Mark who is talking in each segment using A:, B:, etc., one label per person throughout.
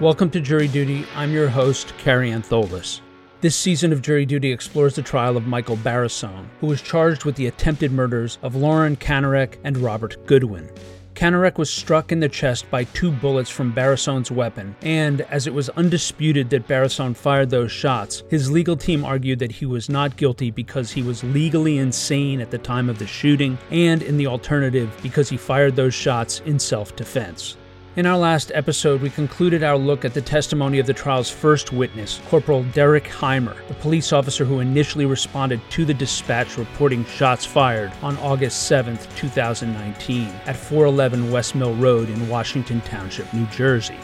A: Welcome to Jury Duty. I'm your host, Carrie Antholis. This season of Jury Duty explores the trial of Michael Barrasone, who was charged with the attempted murders of Lauren Kanarek and Robert Goodwin. Kanarek was struck in the chest by two bullets from Barrasone's weapon, and as it was undisputed that Barrasone fired those shots, his legal team argued that he was not guilty because he was legally insane at the time of the shooting, and in the alternative, because he fired those shots in self defense. In our last episode, we concluded our look at the testimony of the trial's first witness, Corporal Derek Heimer, the police officer who initially responded to the dispatch reporting shots fired on August 7, 2019, at 411 West Mill Road in Washington Township, New Jersey.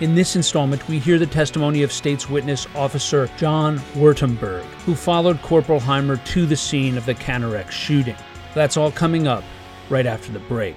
A: In this installment, we hear the testimony of State's Witness Officer John Wurtemberg, who followed Corporal Heimer to the scene of the Canarek shooting. That's all coming up right after the break.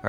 B: All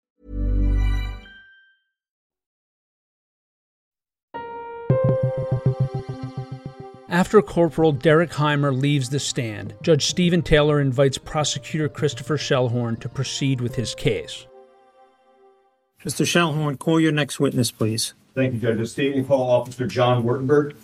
A: After Corporal Derek Heimer leaves the stand, Judge Stephen Taylor invites prosecutor Christopher Schellhorn to proceed with his case.
C: Mr. Shellhorn, call your next witness, please.
D: Thank you, Judge. The State Call Officer John Wurtenberg.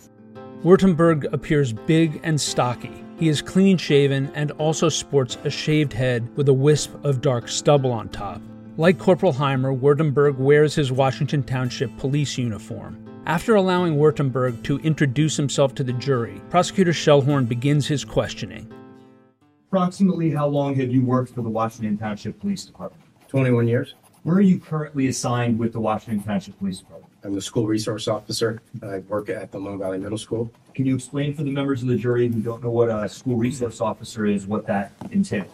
A: Wurtemberg appears big and stocky. He is clean shaven and also sports a shaved head with a wisp of dark stubble on top. Like Corporal Heimer, Wurtemberg wears his Washington Township police uniform. After allowing Wurtemberg to introduce himself to the jury, prosecutor Schellhorn begins his questioning.
D: Approximately how long have you worked for the Washington Township Police Department?
E: 21 years.
D: Where are you currently assigned with the Washington Township Police Department?
E: I'm the school resource officer. I work at the Long Valley Middle School.
D: Can you explain for the members of the jury who don't know what a school resource officer is, what that entails?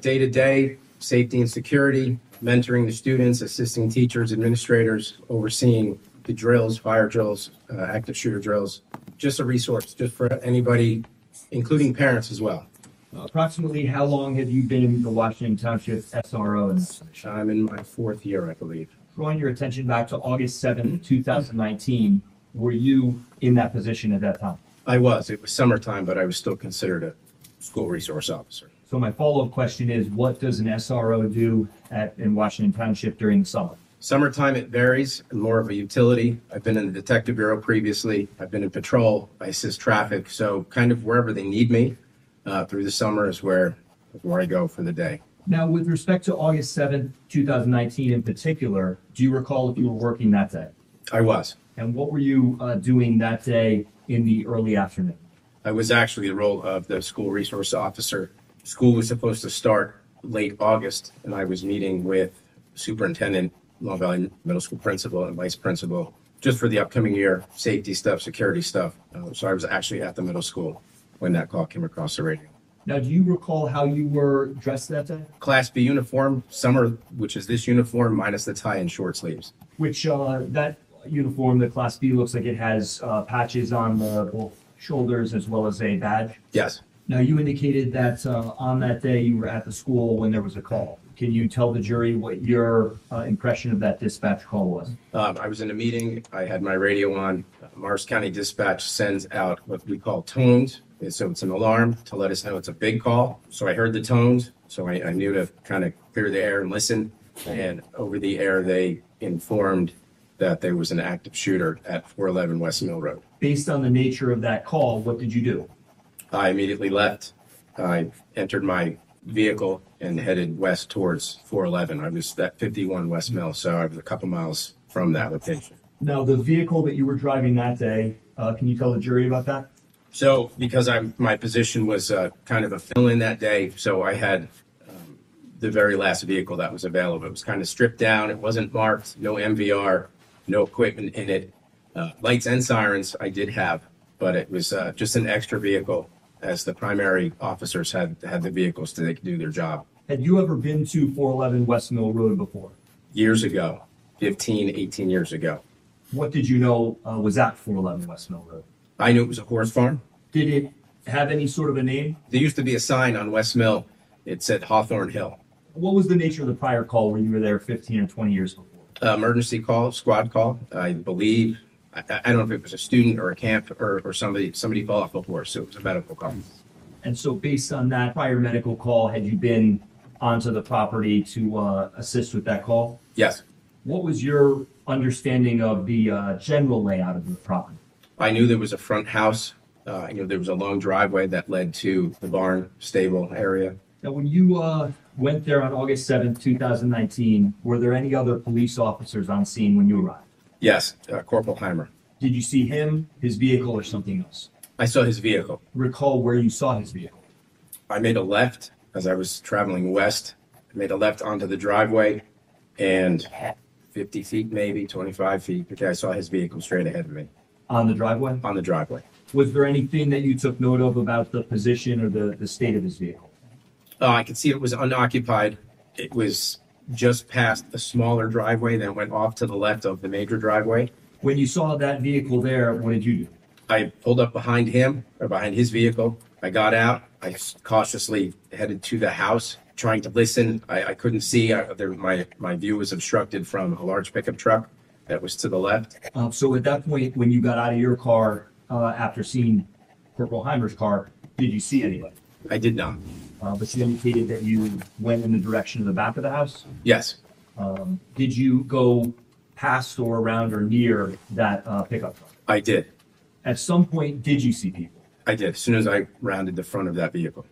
E: Day to day, Uh, safety and security, mentoring the students, assisting teachers, administrators, overseeing the drills, fire drills, uh, active shooter drills. Just a resource, just for anybody, including parents as well.
D: Approximately how long have you been the Washington Township SRO? And
E: I'm in my fourth year, I believe.
D: Drawing your attention back to August 7th, 2019, were you in that position at that time?
E: I was. It was summertime, but I was still considered a school resource officer.
D: So my follow-up question is, what does an SRO do at, in Washington Township during the summer?
E: Summertime, it varies, and more of a utility. I've been in the detective bureau previously. I've been in patrol. I assist traffic. So kind of wherever they need me uh, through the summer is where, where I go for the day.
D: Now, with respect to August 7th, 2019 in particular, do you recall if you were working that day?
E: I was.
D: And what were you uh, doing that day in the early afternoon?
E: I was actually the role of the school resource officer. School was supposed to start late August, and I was meeting with superintendent, Long Valley Middle School principal, and vice principal just for the upcoming year, safety stuff, security stuff. Uh, so I was actually at the middle school when that call came across the radio.
D: Now, do you recall how you were dressed that day?
E: Class B uniform, summer, which is this uniform minus the tie and short sleeves.
D: Which, uh, that uniform, the Class B, looks like it has uh, patches on the both shoulders as well as a badge.
E: Yes.
D: Now, you indicated that uh, on that day you were at the school when there was a call. Can you tell the jury what your uh, impression of that dispatch call was?
E: Um, I was in a meeting. I had my radio on. Mars County Dispatch sends out what we call tones. And So it's an alarm to let us know it's a big call. So I heard the tones. So I, I knew to kind of clear the air and listen. And over the air, they informed that there was an active shooter at 411 West Mill Road.
D: Based on the nature of that call, what did you do?
E: I immediately left. I entered my vehicle and headed west towards 411. I was at 51 West Mill, so I was a couple miles from that location.
D: Now, the vehicle that you were driving that day, uh, can you tell the jury about that?
E: So because I'm, my position was uh, kind of a fill-in that day, so I had um, the very last vehicle that was available. It was kind of stripped down. It wasn't marked. No MVR. No equipment in it. Uh, lights and sirens I did have, but it was uh, just an extra vehicle, as the primary officers had had the vehicles so they could do their job.
D: Had you ever been to 411 West Mill Road before?
E: years ago, 15, 18 years ago.
D: What did you know uh, was at 411 West Mill Road?
E: I knew it was a horse farm.
D: Did it have any sort of a name?
E: There used to be a sign on West Mill. It said Hawthorne Hill.
D: What was the nature of the prior call where you were there 15 or 20 years before?
E: Uh, emergency call, squad call. I believe I, I I don't know if it was a student or a camp or, or somebody somebody fell off a horse. So it was a medical call.
D: And so, based on that prior medical call, had you been onto the property to uh, assist with that call?
E: Yes,
D: What was your understanding of the uh, general layout of the property?
E: I knew there was a front house. Uh, I knew there was a long driveway that led to the barn stable area.
D: Now, when you uh, went there on August 7th, 2019, were there any other police officers on scene when you arrived?
E: Yes, uh, Corporal Heimer.
D: Did you see him, his vehicle, or something else?
E: I saw his vehicle.
D: Recall where you saw his vehicle.
E: I made a left as I was traveling west. I made a left onto the driveway and 50 feet, maybe 25 feet. Okay, I saw his vehicle straight ahead of me
D: On the driveway?
E: on the driveway.
D: Was there anything that you took note of about the position or the, the state of his vehicle?
E: Uh, I could see it was unoccupied. It was just past a smaller driveway that went off to the left of the major driveway.
D: When you saw that vehicle there, what did you do?
E: I pulled up behind him or behind his vehicle. I got out. I cautiously headed to the house, trying to listen. I, I couldn't see. I, there, my my view was obstructed from a large pickup truck that was to the left.
D: Um, so at that point, when you got out of your car uh, after seeing Corporal Heimer's car, did you see anybody?
E: I did not.
D: Uh, but you indicated that you went in the direction of the back of the house.
E: Yes,
D: Did you go past or around or near that uh, pickup truck?
E: I did.
D: At some point, did you see people?
E: I did. As soon as I rounded the front of that vehicle,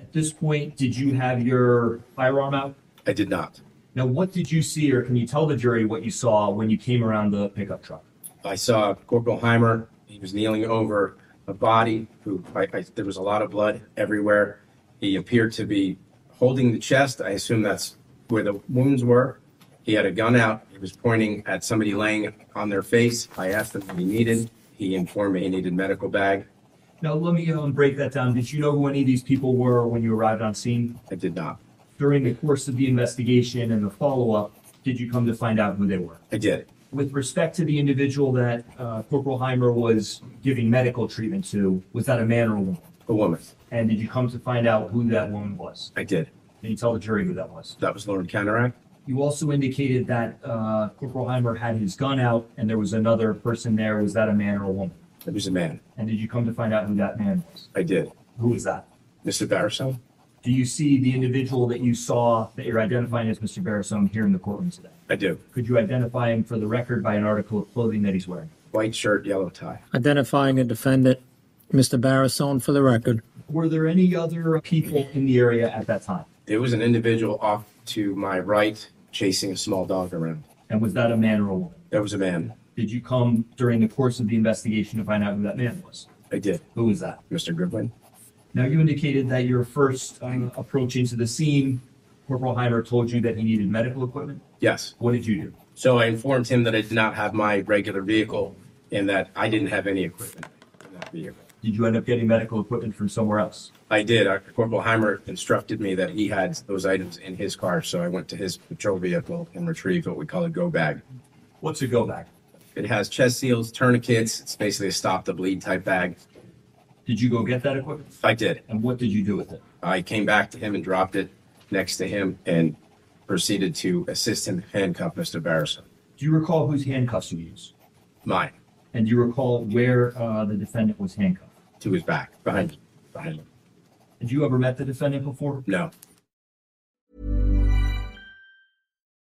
D: At this point, did you have your firearm out?
E: I did not.
D: Now, what did you see, or can you tell the jury what you saw when you came around the pickup truck?
E: I saw Corporal Heimer. He was kneeling over a body who I, I, there was a lot of blood everywhere. He appeared to be holding the chest. I assume that's where the wounds were. He had a gun out. He was pointing at somebody laying on their face. I asked him what he needed. He informed me he needed medical bag.
D: Now, let me um, break that down. Did you know who any of these people were when you arrived on scene?
E: I did not.
D: During the course of the investigation and the follow up, did you come to find out who they were?
E: I did.
D: With respect to the individual that uh, Corporal Heimer was giving medical treatment to, was that a man or a woman?
E: A woman.
D: And did you come to find out who that woman was?
E: I did.
D: Can you tell the jury who that was?
E: That was Lauren Canarak.
D: You also indicated that uh, Corporal Heimer had his gun out and there was another person there. Was that a man or a woman?
E: It was a man.
D: And did you come to find out who that man was?
E: I did.
D: Who was that?
E: Mr. Barrisone?
D: Do you see the individual that you saw that you're identifying as Mr. Barrisone here in the courtroom today?
E: I do.
D: Could you identify him for the record by an article of clothing that he's wearing?
E: White shirt, yellow tie.
C: Identifying a defendant, Mr. Barrisone, for the record.
D: Were there any other people in the area at that time?
E: There was an individual off to my right chasing a small dog around.
D: And was that a man or a woman?
E: That was a man.
D: Did you come during the course of the investigation to find out who that man was?
E: I did.
D: Who was that?
E: Mr. Griflin?
D: Now, you indicated that your first um, approach into the scene, Corporal Heimer told you that he needed medical equipment.
E: Yes.
D: What did you do?
E: So I informed him that I did not have my regular vehicle and that I didn't have any equipment in that vehicle.
D: Did you end up getting medical equipment from somewhere else?
E: I did. Uh, Corporal Heimer instructed me that he had those items in his car, so I went to his patrol vehicle and retrieved what we call a go bag.
D: What's a go back?
E: It has chest seals, tourniquets. It's basically a stop the bleed type bag.
D: Did you go get that equipment?
E: I did.
D: And what did you do with it?
E: I came back to him and dropped it next to him and proceeded to assist him handcuff Mr. Barrison.
D: Do you recall whose handcuffs you used?
E: Mine
D: And do you recall where uh, the defendant was handcuffed?
E: to his back, behind, behind him.
D: Had you ever met the defendant before?
E: No,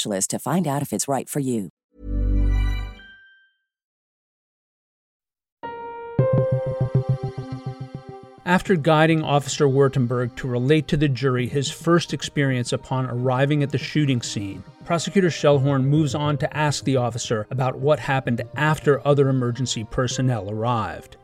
F: to find out if it's right for you.
A: After guiding Officer Wurtemberg to relate to the jury his first experience upon arriving at the shooting scene, Prosecutor Shellhorn moves on to ask the officer about what happened after other emergency personnel arrived.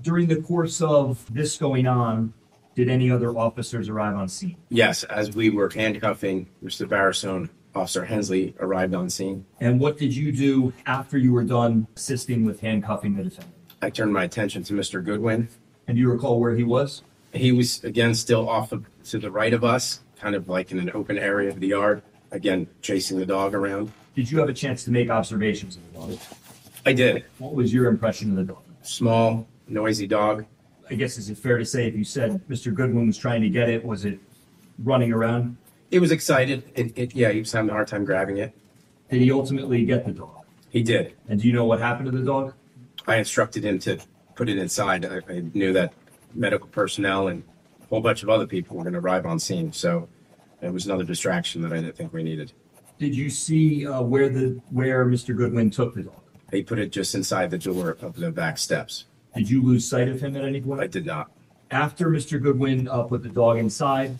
D: During the course of this going on, did any other officers arrive on scene?
E: Yes, as we were handcuffing Mr. Barrisone, Officer Hensley arrived on scene.
D: And what did you do after you were done assisting with handcuffing the defendant?
E: I turned my attention to Mr. Goodwin.
D: And do you recall where he was?
E: He was again still off of, to the right of us, kind of like in an open area of the yard, again chasing the dog around.
D: Did you have a chance to make observations of the dog?
E: I did.
D: What was your impression of the dog?
E: Small, noisy dog.
D: I guess is it fair to say if you said Mr. Goodwin was trying to get it, was it running around?
E: He was excited. It, it, yeah, he was having a hard time grabbing it.
D: Did he ultimately get the dog?
E: He did.
D: And do you know what happened to the dog?
E: I instructed him to put it inside. I, I knew that medical personnel and a whole bunch of other people were going to arrive on scene. So it was another distraction that I didn't think we needed.
D: Did you see uh, where the where Mr. Goodwin took the dog?
E: He put it just inside the door of the back steps.
D: Did you lose sight of him at any
E: I
D: point?
E: did not.
D: After Mr. Goodwin uh, put the dog inside,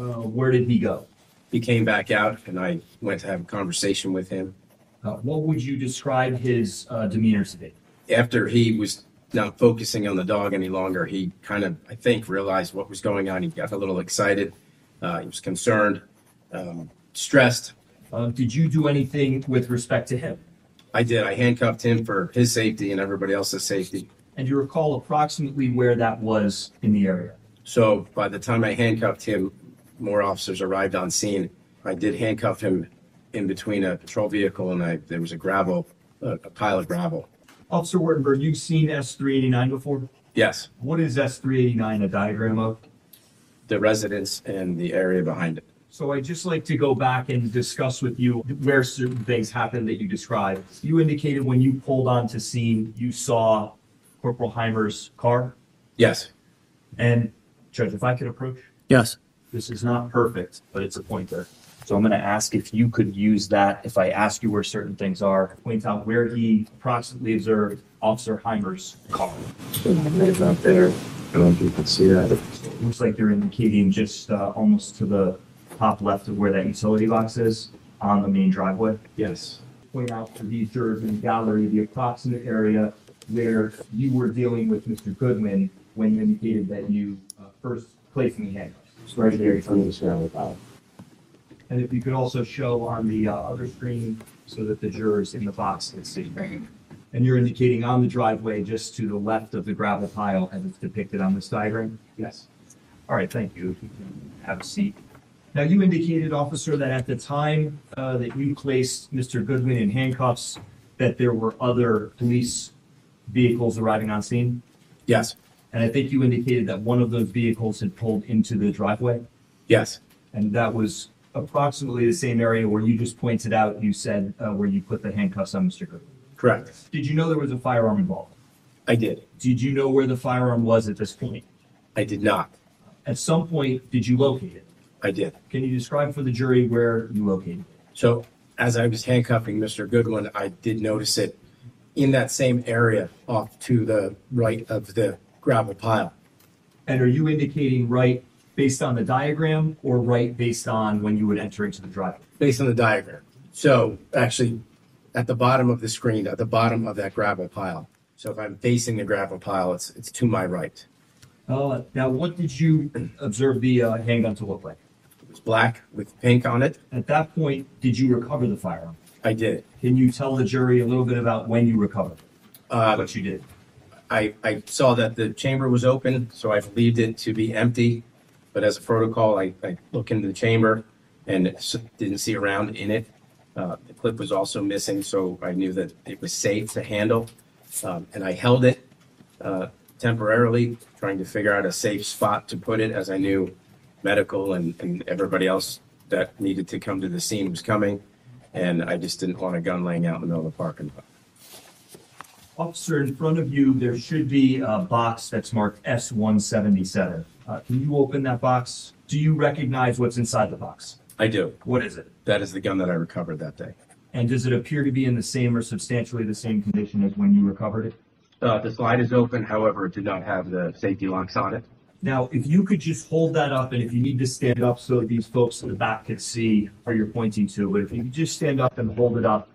D: uh, where did he go?
E: He came back out and I went to have a conversation with him.
D: Uh, what would you describe his uh, demeanor to be?
E: After he was not focusing on the dog any longer, he kind of, I think, realized what was going on. He got a little excited. Uh, he was concerned, um, stressed.
D: Uh, did you do anything with respect to him?
E: I did. I handcuffed him for his safety and everybody else's safety.
D: And do you recall approximately where that was in the area?
E: So by the time I handcuffed him, more officers arrived on scene. I did handcuff him in between a patrol vehicle and I, there was a gravel, a, a pile of gravel.
D: Officer Wartenberg, you've seen S389 before?
E: Yes,
D: What is S389 a diagram of?
E: the residence and the area behind it.
D: So I'd just like to go back and discuss with you where certain things happened that you described. You indicated when you pulled onto scene, you saw Corporal Heimer's car.
E: Yes,
D: And Judge, if I could approach,
C: Yes.
D: this is not perfect, but it's a pointer. So I'm going to ask if you could use that, if I ask you where certain things are, point out where he approximately observed Officer Heimer's car.
E: It's out there. I don't know if you can see that.
D: Looks like you're indicating just uh, almost to the top left of where that utility box is on the main driveway.
E: Yes.
D: point out to these jurors in the gallery the approximate area where you were dealing with Mr. Goodwin when you indicated that you uh, first placed him in handcuffs. It's right there in front of the And if you could also show on the uh, other screen so that the jurors in the box can see. And you're indicating on the driveway just to the left of the gravel pile as it's depicted on this diagram? Yes. All right, thank you. If you can Have a seat. Now, you indicated, officer, that at the time uh, that you placed Mr. Goodwin in handcuffs, that there were other police vehicles arriving on scene.
E: Yes.
D: And I think you indicated that one of those vehicles had pulled into the driveway.
E: Yes.
D: And that was approximately the same area where you just pointed out, you said, uh, where you put the handcuffs on Mr. Goodwin.
E: Correct.
D: Did you know there was a firearm involved?
E: I did.
D: Did you know where the firearm was at this point?
E: I did not.
D: At some point, did you locate it?
E: I did.
D: Can you describe for the jury where you located it?
E: So as I was handcuffing Mr. Goodwin, I did notice it in that same area off to the right of the gravel pile.
D: And are you indicating right based on the diagram or right based on when you would enter into the driveway?
E: based on the diagram. So actually, at the bottom of the screen, at the bottom of that gravel pile. So if I'm facing the gravel pile, it's it's to my right.
D: Uh, now, what did you observe the uh, handgun to look like?
E: It was black with pink on it.
D: At that point, did you recover the firearm?
E: I did.
D: Can you tell the jury a little bit about when you recovered it? Uh, what you did?
E: I, I saw that the chamber was open, so I believed it to be empty. But as a protocol, I, I look into the chamber. and s- didn't see around in it. Uh, the clip was also missing, so I knew that it was safe to handle. Um, and I held it uh, temporarily, trying to figure out a safe spot to put it as I knew medical and, and everybody else that needed to come to the scene was coming. And I just didn't want a gun laying out in the middle of the parking lot.
D: Officer, in front of you, there should be a box that's marked S-177. Uh, Can you open that box? Do you recognize what's inside the box?
E: I do.
D: What is it?
E: That is the gun that I recovered that day.
D: And does it appear to be in the same or substantially the same condition as when you recovered it?
E: Uh, the slide is open, however, it did not have the safety locks on it.
D: Now, if you could just hold that up, and if you need to stand up so these folks in the back could see where you're pointing to, but if you could just stand up and hold it up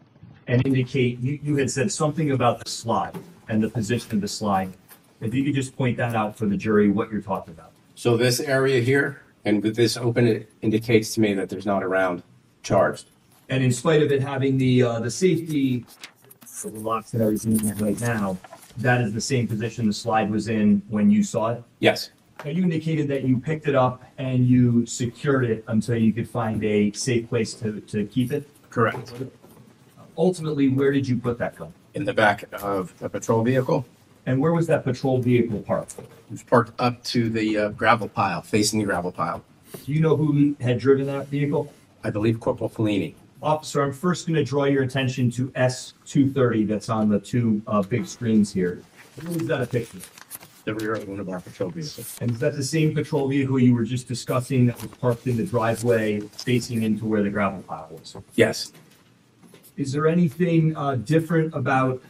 D: and indicate, you, you had said something about the slide and the position of the slide. If you could just point that out for the jury, what you're talking about.
E: So this area here, and with this open, it indicates to me that there's not a round charged.
D: And in spite of it having the, uh, the safety so the locks and everything we have right now, that is the same position the slide was in when you saw it?
E: Yes,
D: Now, you indicated that you picked it up and you secured it until you could find a safe place to, to keep it.
E: correct.
D: Ultimately, where did you put that gun?
E: In the back of a patrol vehicle,
D: And where was that patrol vehicle parked? Do
E: it was parked up to the uh, gravel pile, facing the gravel pile.
D: you know who had driven that vehicle?
E: I believe Corporal Fellini.
D: Officer, I'm first going to draw your attention to S230 that's on the two uh, big screens here. Who is that a picture? of?
E: the rear of one of our patrol vehicles.
D: And is that the same patrol vehicle you were just discussing that was parked in the driveway facing into where the gravel pile was?
E: Yes.
D: Is there anything uh, different about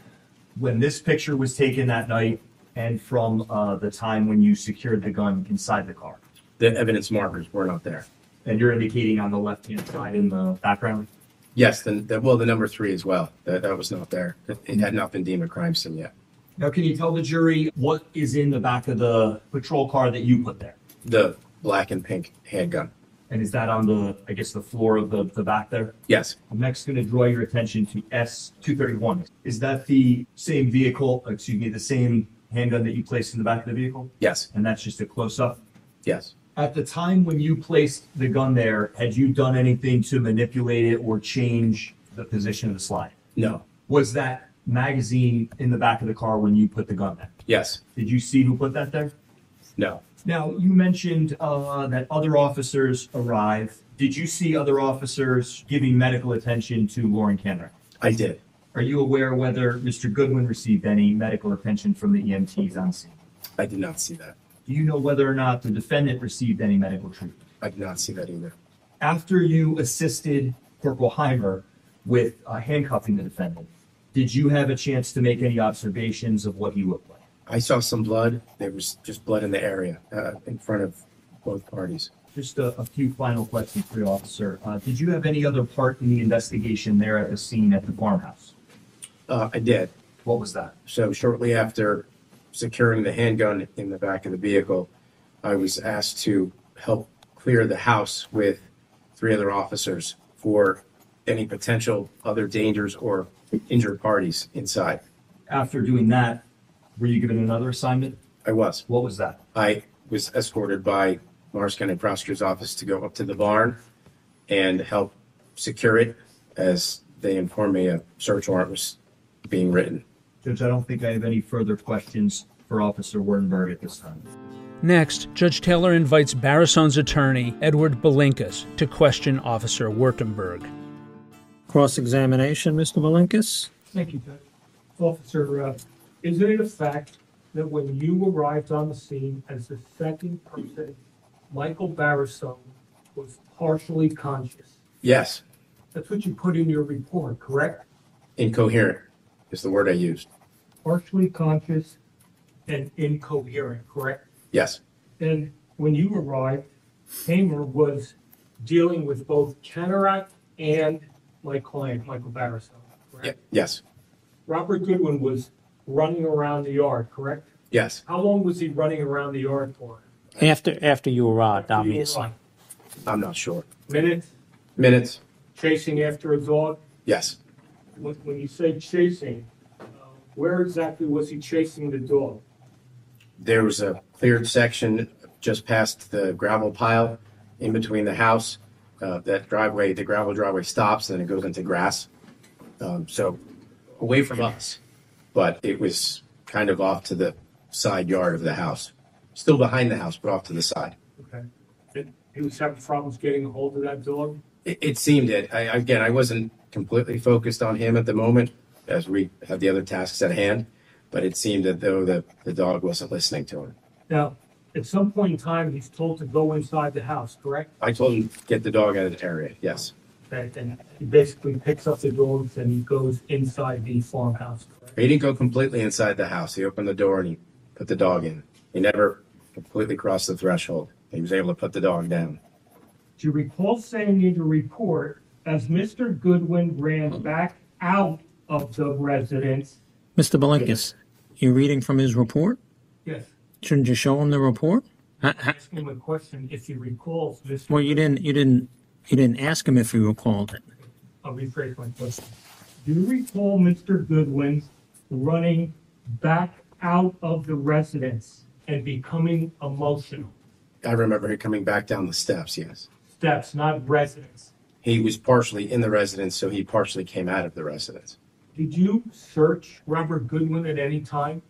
D: when this picture was taken that night and from uh, the time when you secured the gun inside the car?
E: The evidence markers were not there.
D: And you're indicating on the left-hand side in the background?
E: Yes, then, the, well, the number three as well. That, that was not there. It, it had not been deemed a crime scene yet.
D: Now, can you tell the jury what is in the back of the patrol car that you put there?
E: The black and pink handgun.
D: And is that on the, I guess, the floor of the, the back there?
E: Yes.
D: I'm next going to draw your attention to S231. Is that the same vehicle, excuse me, the same handgun that you placed in the back of the vehicle?
E: Yes.
D: And that's just a close-up?
E: Yes.
D: At the time when you placed the gun there, had you done anything to manipulate it or change the position of the slide?
E: No.
D: Was that magazine in the back of the car when you put the gun there?
E: Yes.
D: Did you see who put that there?
E: No.
D: Now, you mentioned uh, that other officers arrive. Did you see other officers giving medical attention to Lauren Kenrick?
E: I did.
D: Are you aware whether Mr. Goodwin received any medical attention from the EMTs on scene?
E: I did not see that.
D: Do you know whether or not the defendant received any medical treatment?
E: I did not see that either.
D: after you assisted Corporal Heimer with uh, handcuffing the defendant, did you have a chance to make any observations of what he looked like?
E: I saw some blood. There was just blood in the area uh, in front of both parties.
D: Just a, a few final questions for you, officer. Uh, did you have any other part in the investigation there at the scene at the farmhouse?
E: Uh, I did.
D: What was that?
E: So shortly after securing the handgun in the back of the vehicle, I was asked to help clear the house with three other officers for any potential other dangers or injured parties inside.
D: After doing that, were you given another assignment?
E: I was.
D: What was that?
E: I was escorted by Morris County Prosecutor's Office to go up to the barn and help secure it as they informed me a search warrant was being written.
D: Judge, I don't think I have any further questions for Officer Wernberg at this time.
A: Next, Judge Taylor invites Barrisone's attorney, Edward Belinkas, to question Officer Wurtemberg.
C: Cross examination, Mr. Malinkus?
G: Thank you, Judge. Officer, uh, is it a fact that when you arrived on the scene as the second person, Michael Barrisone was partially conscious?
E: Yes,
G: That's what you put in your report, correct?
E: incoherent is the word I used.
G: Partially conscious and incoherent, correct?
E: Yes.
G: And when you arrived, Hamer was dealing with both Kennerak and my client, Michael Barrisone,
E: Ye-
G: correct?
E: Yes.
G: Robert Goodwin was running around the yard, correct?
E: Yes.
G: How long was he running around the yard for?
C: After, after you arrived, obviously.
E: I'm not sure.
G: Minutes,
E: Minutes.
G: chasing after a dog?
E: Yes.
G: When, when you say chasing, uh, where exactly was he chasing the dog?
E: There was a cleared section just past the gravel pile in between the house uh, that driveway, the gravel driveway stops and it goes into grass. Um, so away from us, but it was kind of off to the side yard of the house, still behind the house, but off to the side.
G: Okay. Did- He was having problems getting a hold of that door?
E: It, it seemed it. I, again, I wasn't completely focused on him at the moment as we had the other tasks at hand, but it seemed that though the, the dog wasn't listening to him.
G: Now, at some point in time, he's told to go inside the house, correct?
E: I told him get the dog out of the area. Yes,
G: And and he basically picks up the dogs and he goes inside the farmhouse, correct?
E: he didn't go completely inside the house. He opened the door and he put the dog in. He never completely crossed the threshold. He was able to put the dog down.
G: Do you recall saying in your report, as Mr. Goodwin ran back out of the residence?
C: Mr. Belenkis, you're reading from his report?
G: Yes,
C: Shouldn't you show him the report? Ha- ha-
G: ask him a question if he recalls, Mr.
C: Well, you didn't, you didn't, you didn't ask him if he recalled it.
G: I'll rephrase my question. Do you recall Mr. Goodwin running back out of the residence and becoming emotional?
E: I remember him coming back down the steps. Yes,
G: Steps, not residence.
E: he was partially in the residence, so he partially came out of the residence.
G: Did you search Robert Goodwin at any time?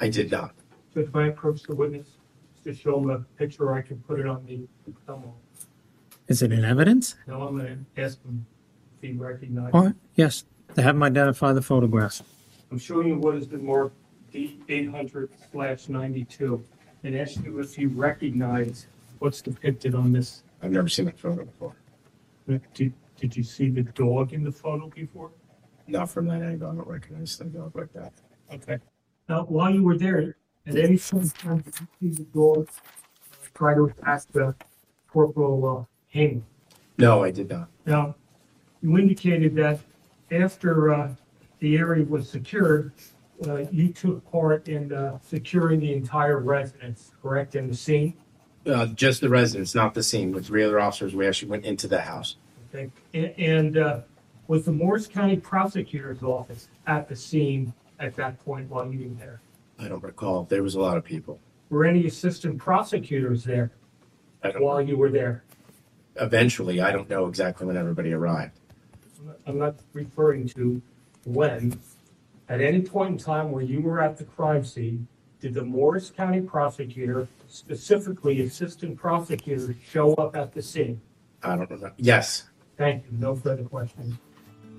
E: I did not.
G: So if I approach the witness to show him a picture, I can put it on the thumbnail.
C: Is it in evidence?
G: Now I'm gonna ask him if he
C: All
G: recognized.
C: right, yes, to have him identify the photographs.
G: I'm showing you what has been marked D eight hundred slash ninety-two and ask you if you recognize what's depicted on this
E: I've never seen that photo before.
G: Did, did you see the dog in the photo before?
E: Not from that angle. I don't recognize the dog like that.
G: Okay. Now, while you were there, at any point in time, did you see the dog uh, try to attack the corporal uh, Hamer?
E: No, I did not.
G: Now, you indicated that after uh, the area was secured, uh, you took part in uh, securing the entire residence, correct, and the scene?
E: Uh, just the residence, not the scene. With three other officers, we actually went into the house.
G: Okay, A- and uh, was the Morris County Prosecutor's Office at the scene at that point while you were there?
E: I don't recall. There was a lot of people.
G: Were any assistant prosecutors there
E: I don't,
G: while you were there?
E: eventually, I don't know exactly when everybody arrived.
G: I'm not referring to when. At any point in time where you were at the crime scene, did the Morris County prosecutor, specifically assistant prosecutor, show up at the scene?
E: I don't remember. Yes,
G: Thank you, no further questions.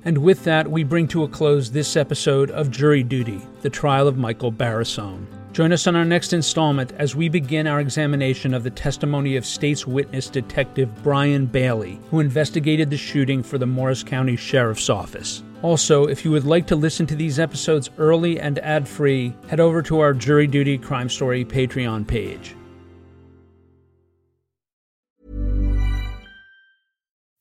A: And with that, we bring to a close this episode of Jury Duty The Trial of Michael Barrasone. Join us on our next installment as we begin our examination of the testimony of State's Witness Detective Brian Bailey, who investigated the shooting for the Morris County Sheriff's Office. Also, if you would like to listen to these episodes early and ad free, head over to our Jury Duty Crime Story Patreon page.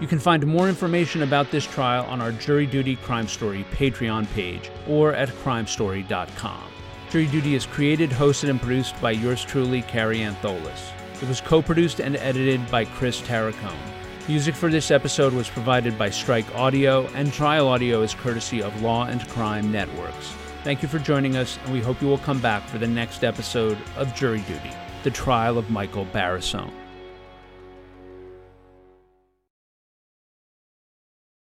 A: You can find more information about this trial on our Jury Duty Crime Story Patreon page or at crimestory.com. Jury Duty is created, hosted, and produced by yours truly, Carrie Antholis. It was co produced and edited by Chris Terracone. Music for this episode was provided by Strike Audio, and trial audio is courtesy of Law and Crime Networks. Thank you for joining us, and we hope you will come back for the next episode of Jury Duty The Trial of Michael Barrasone.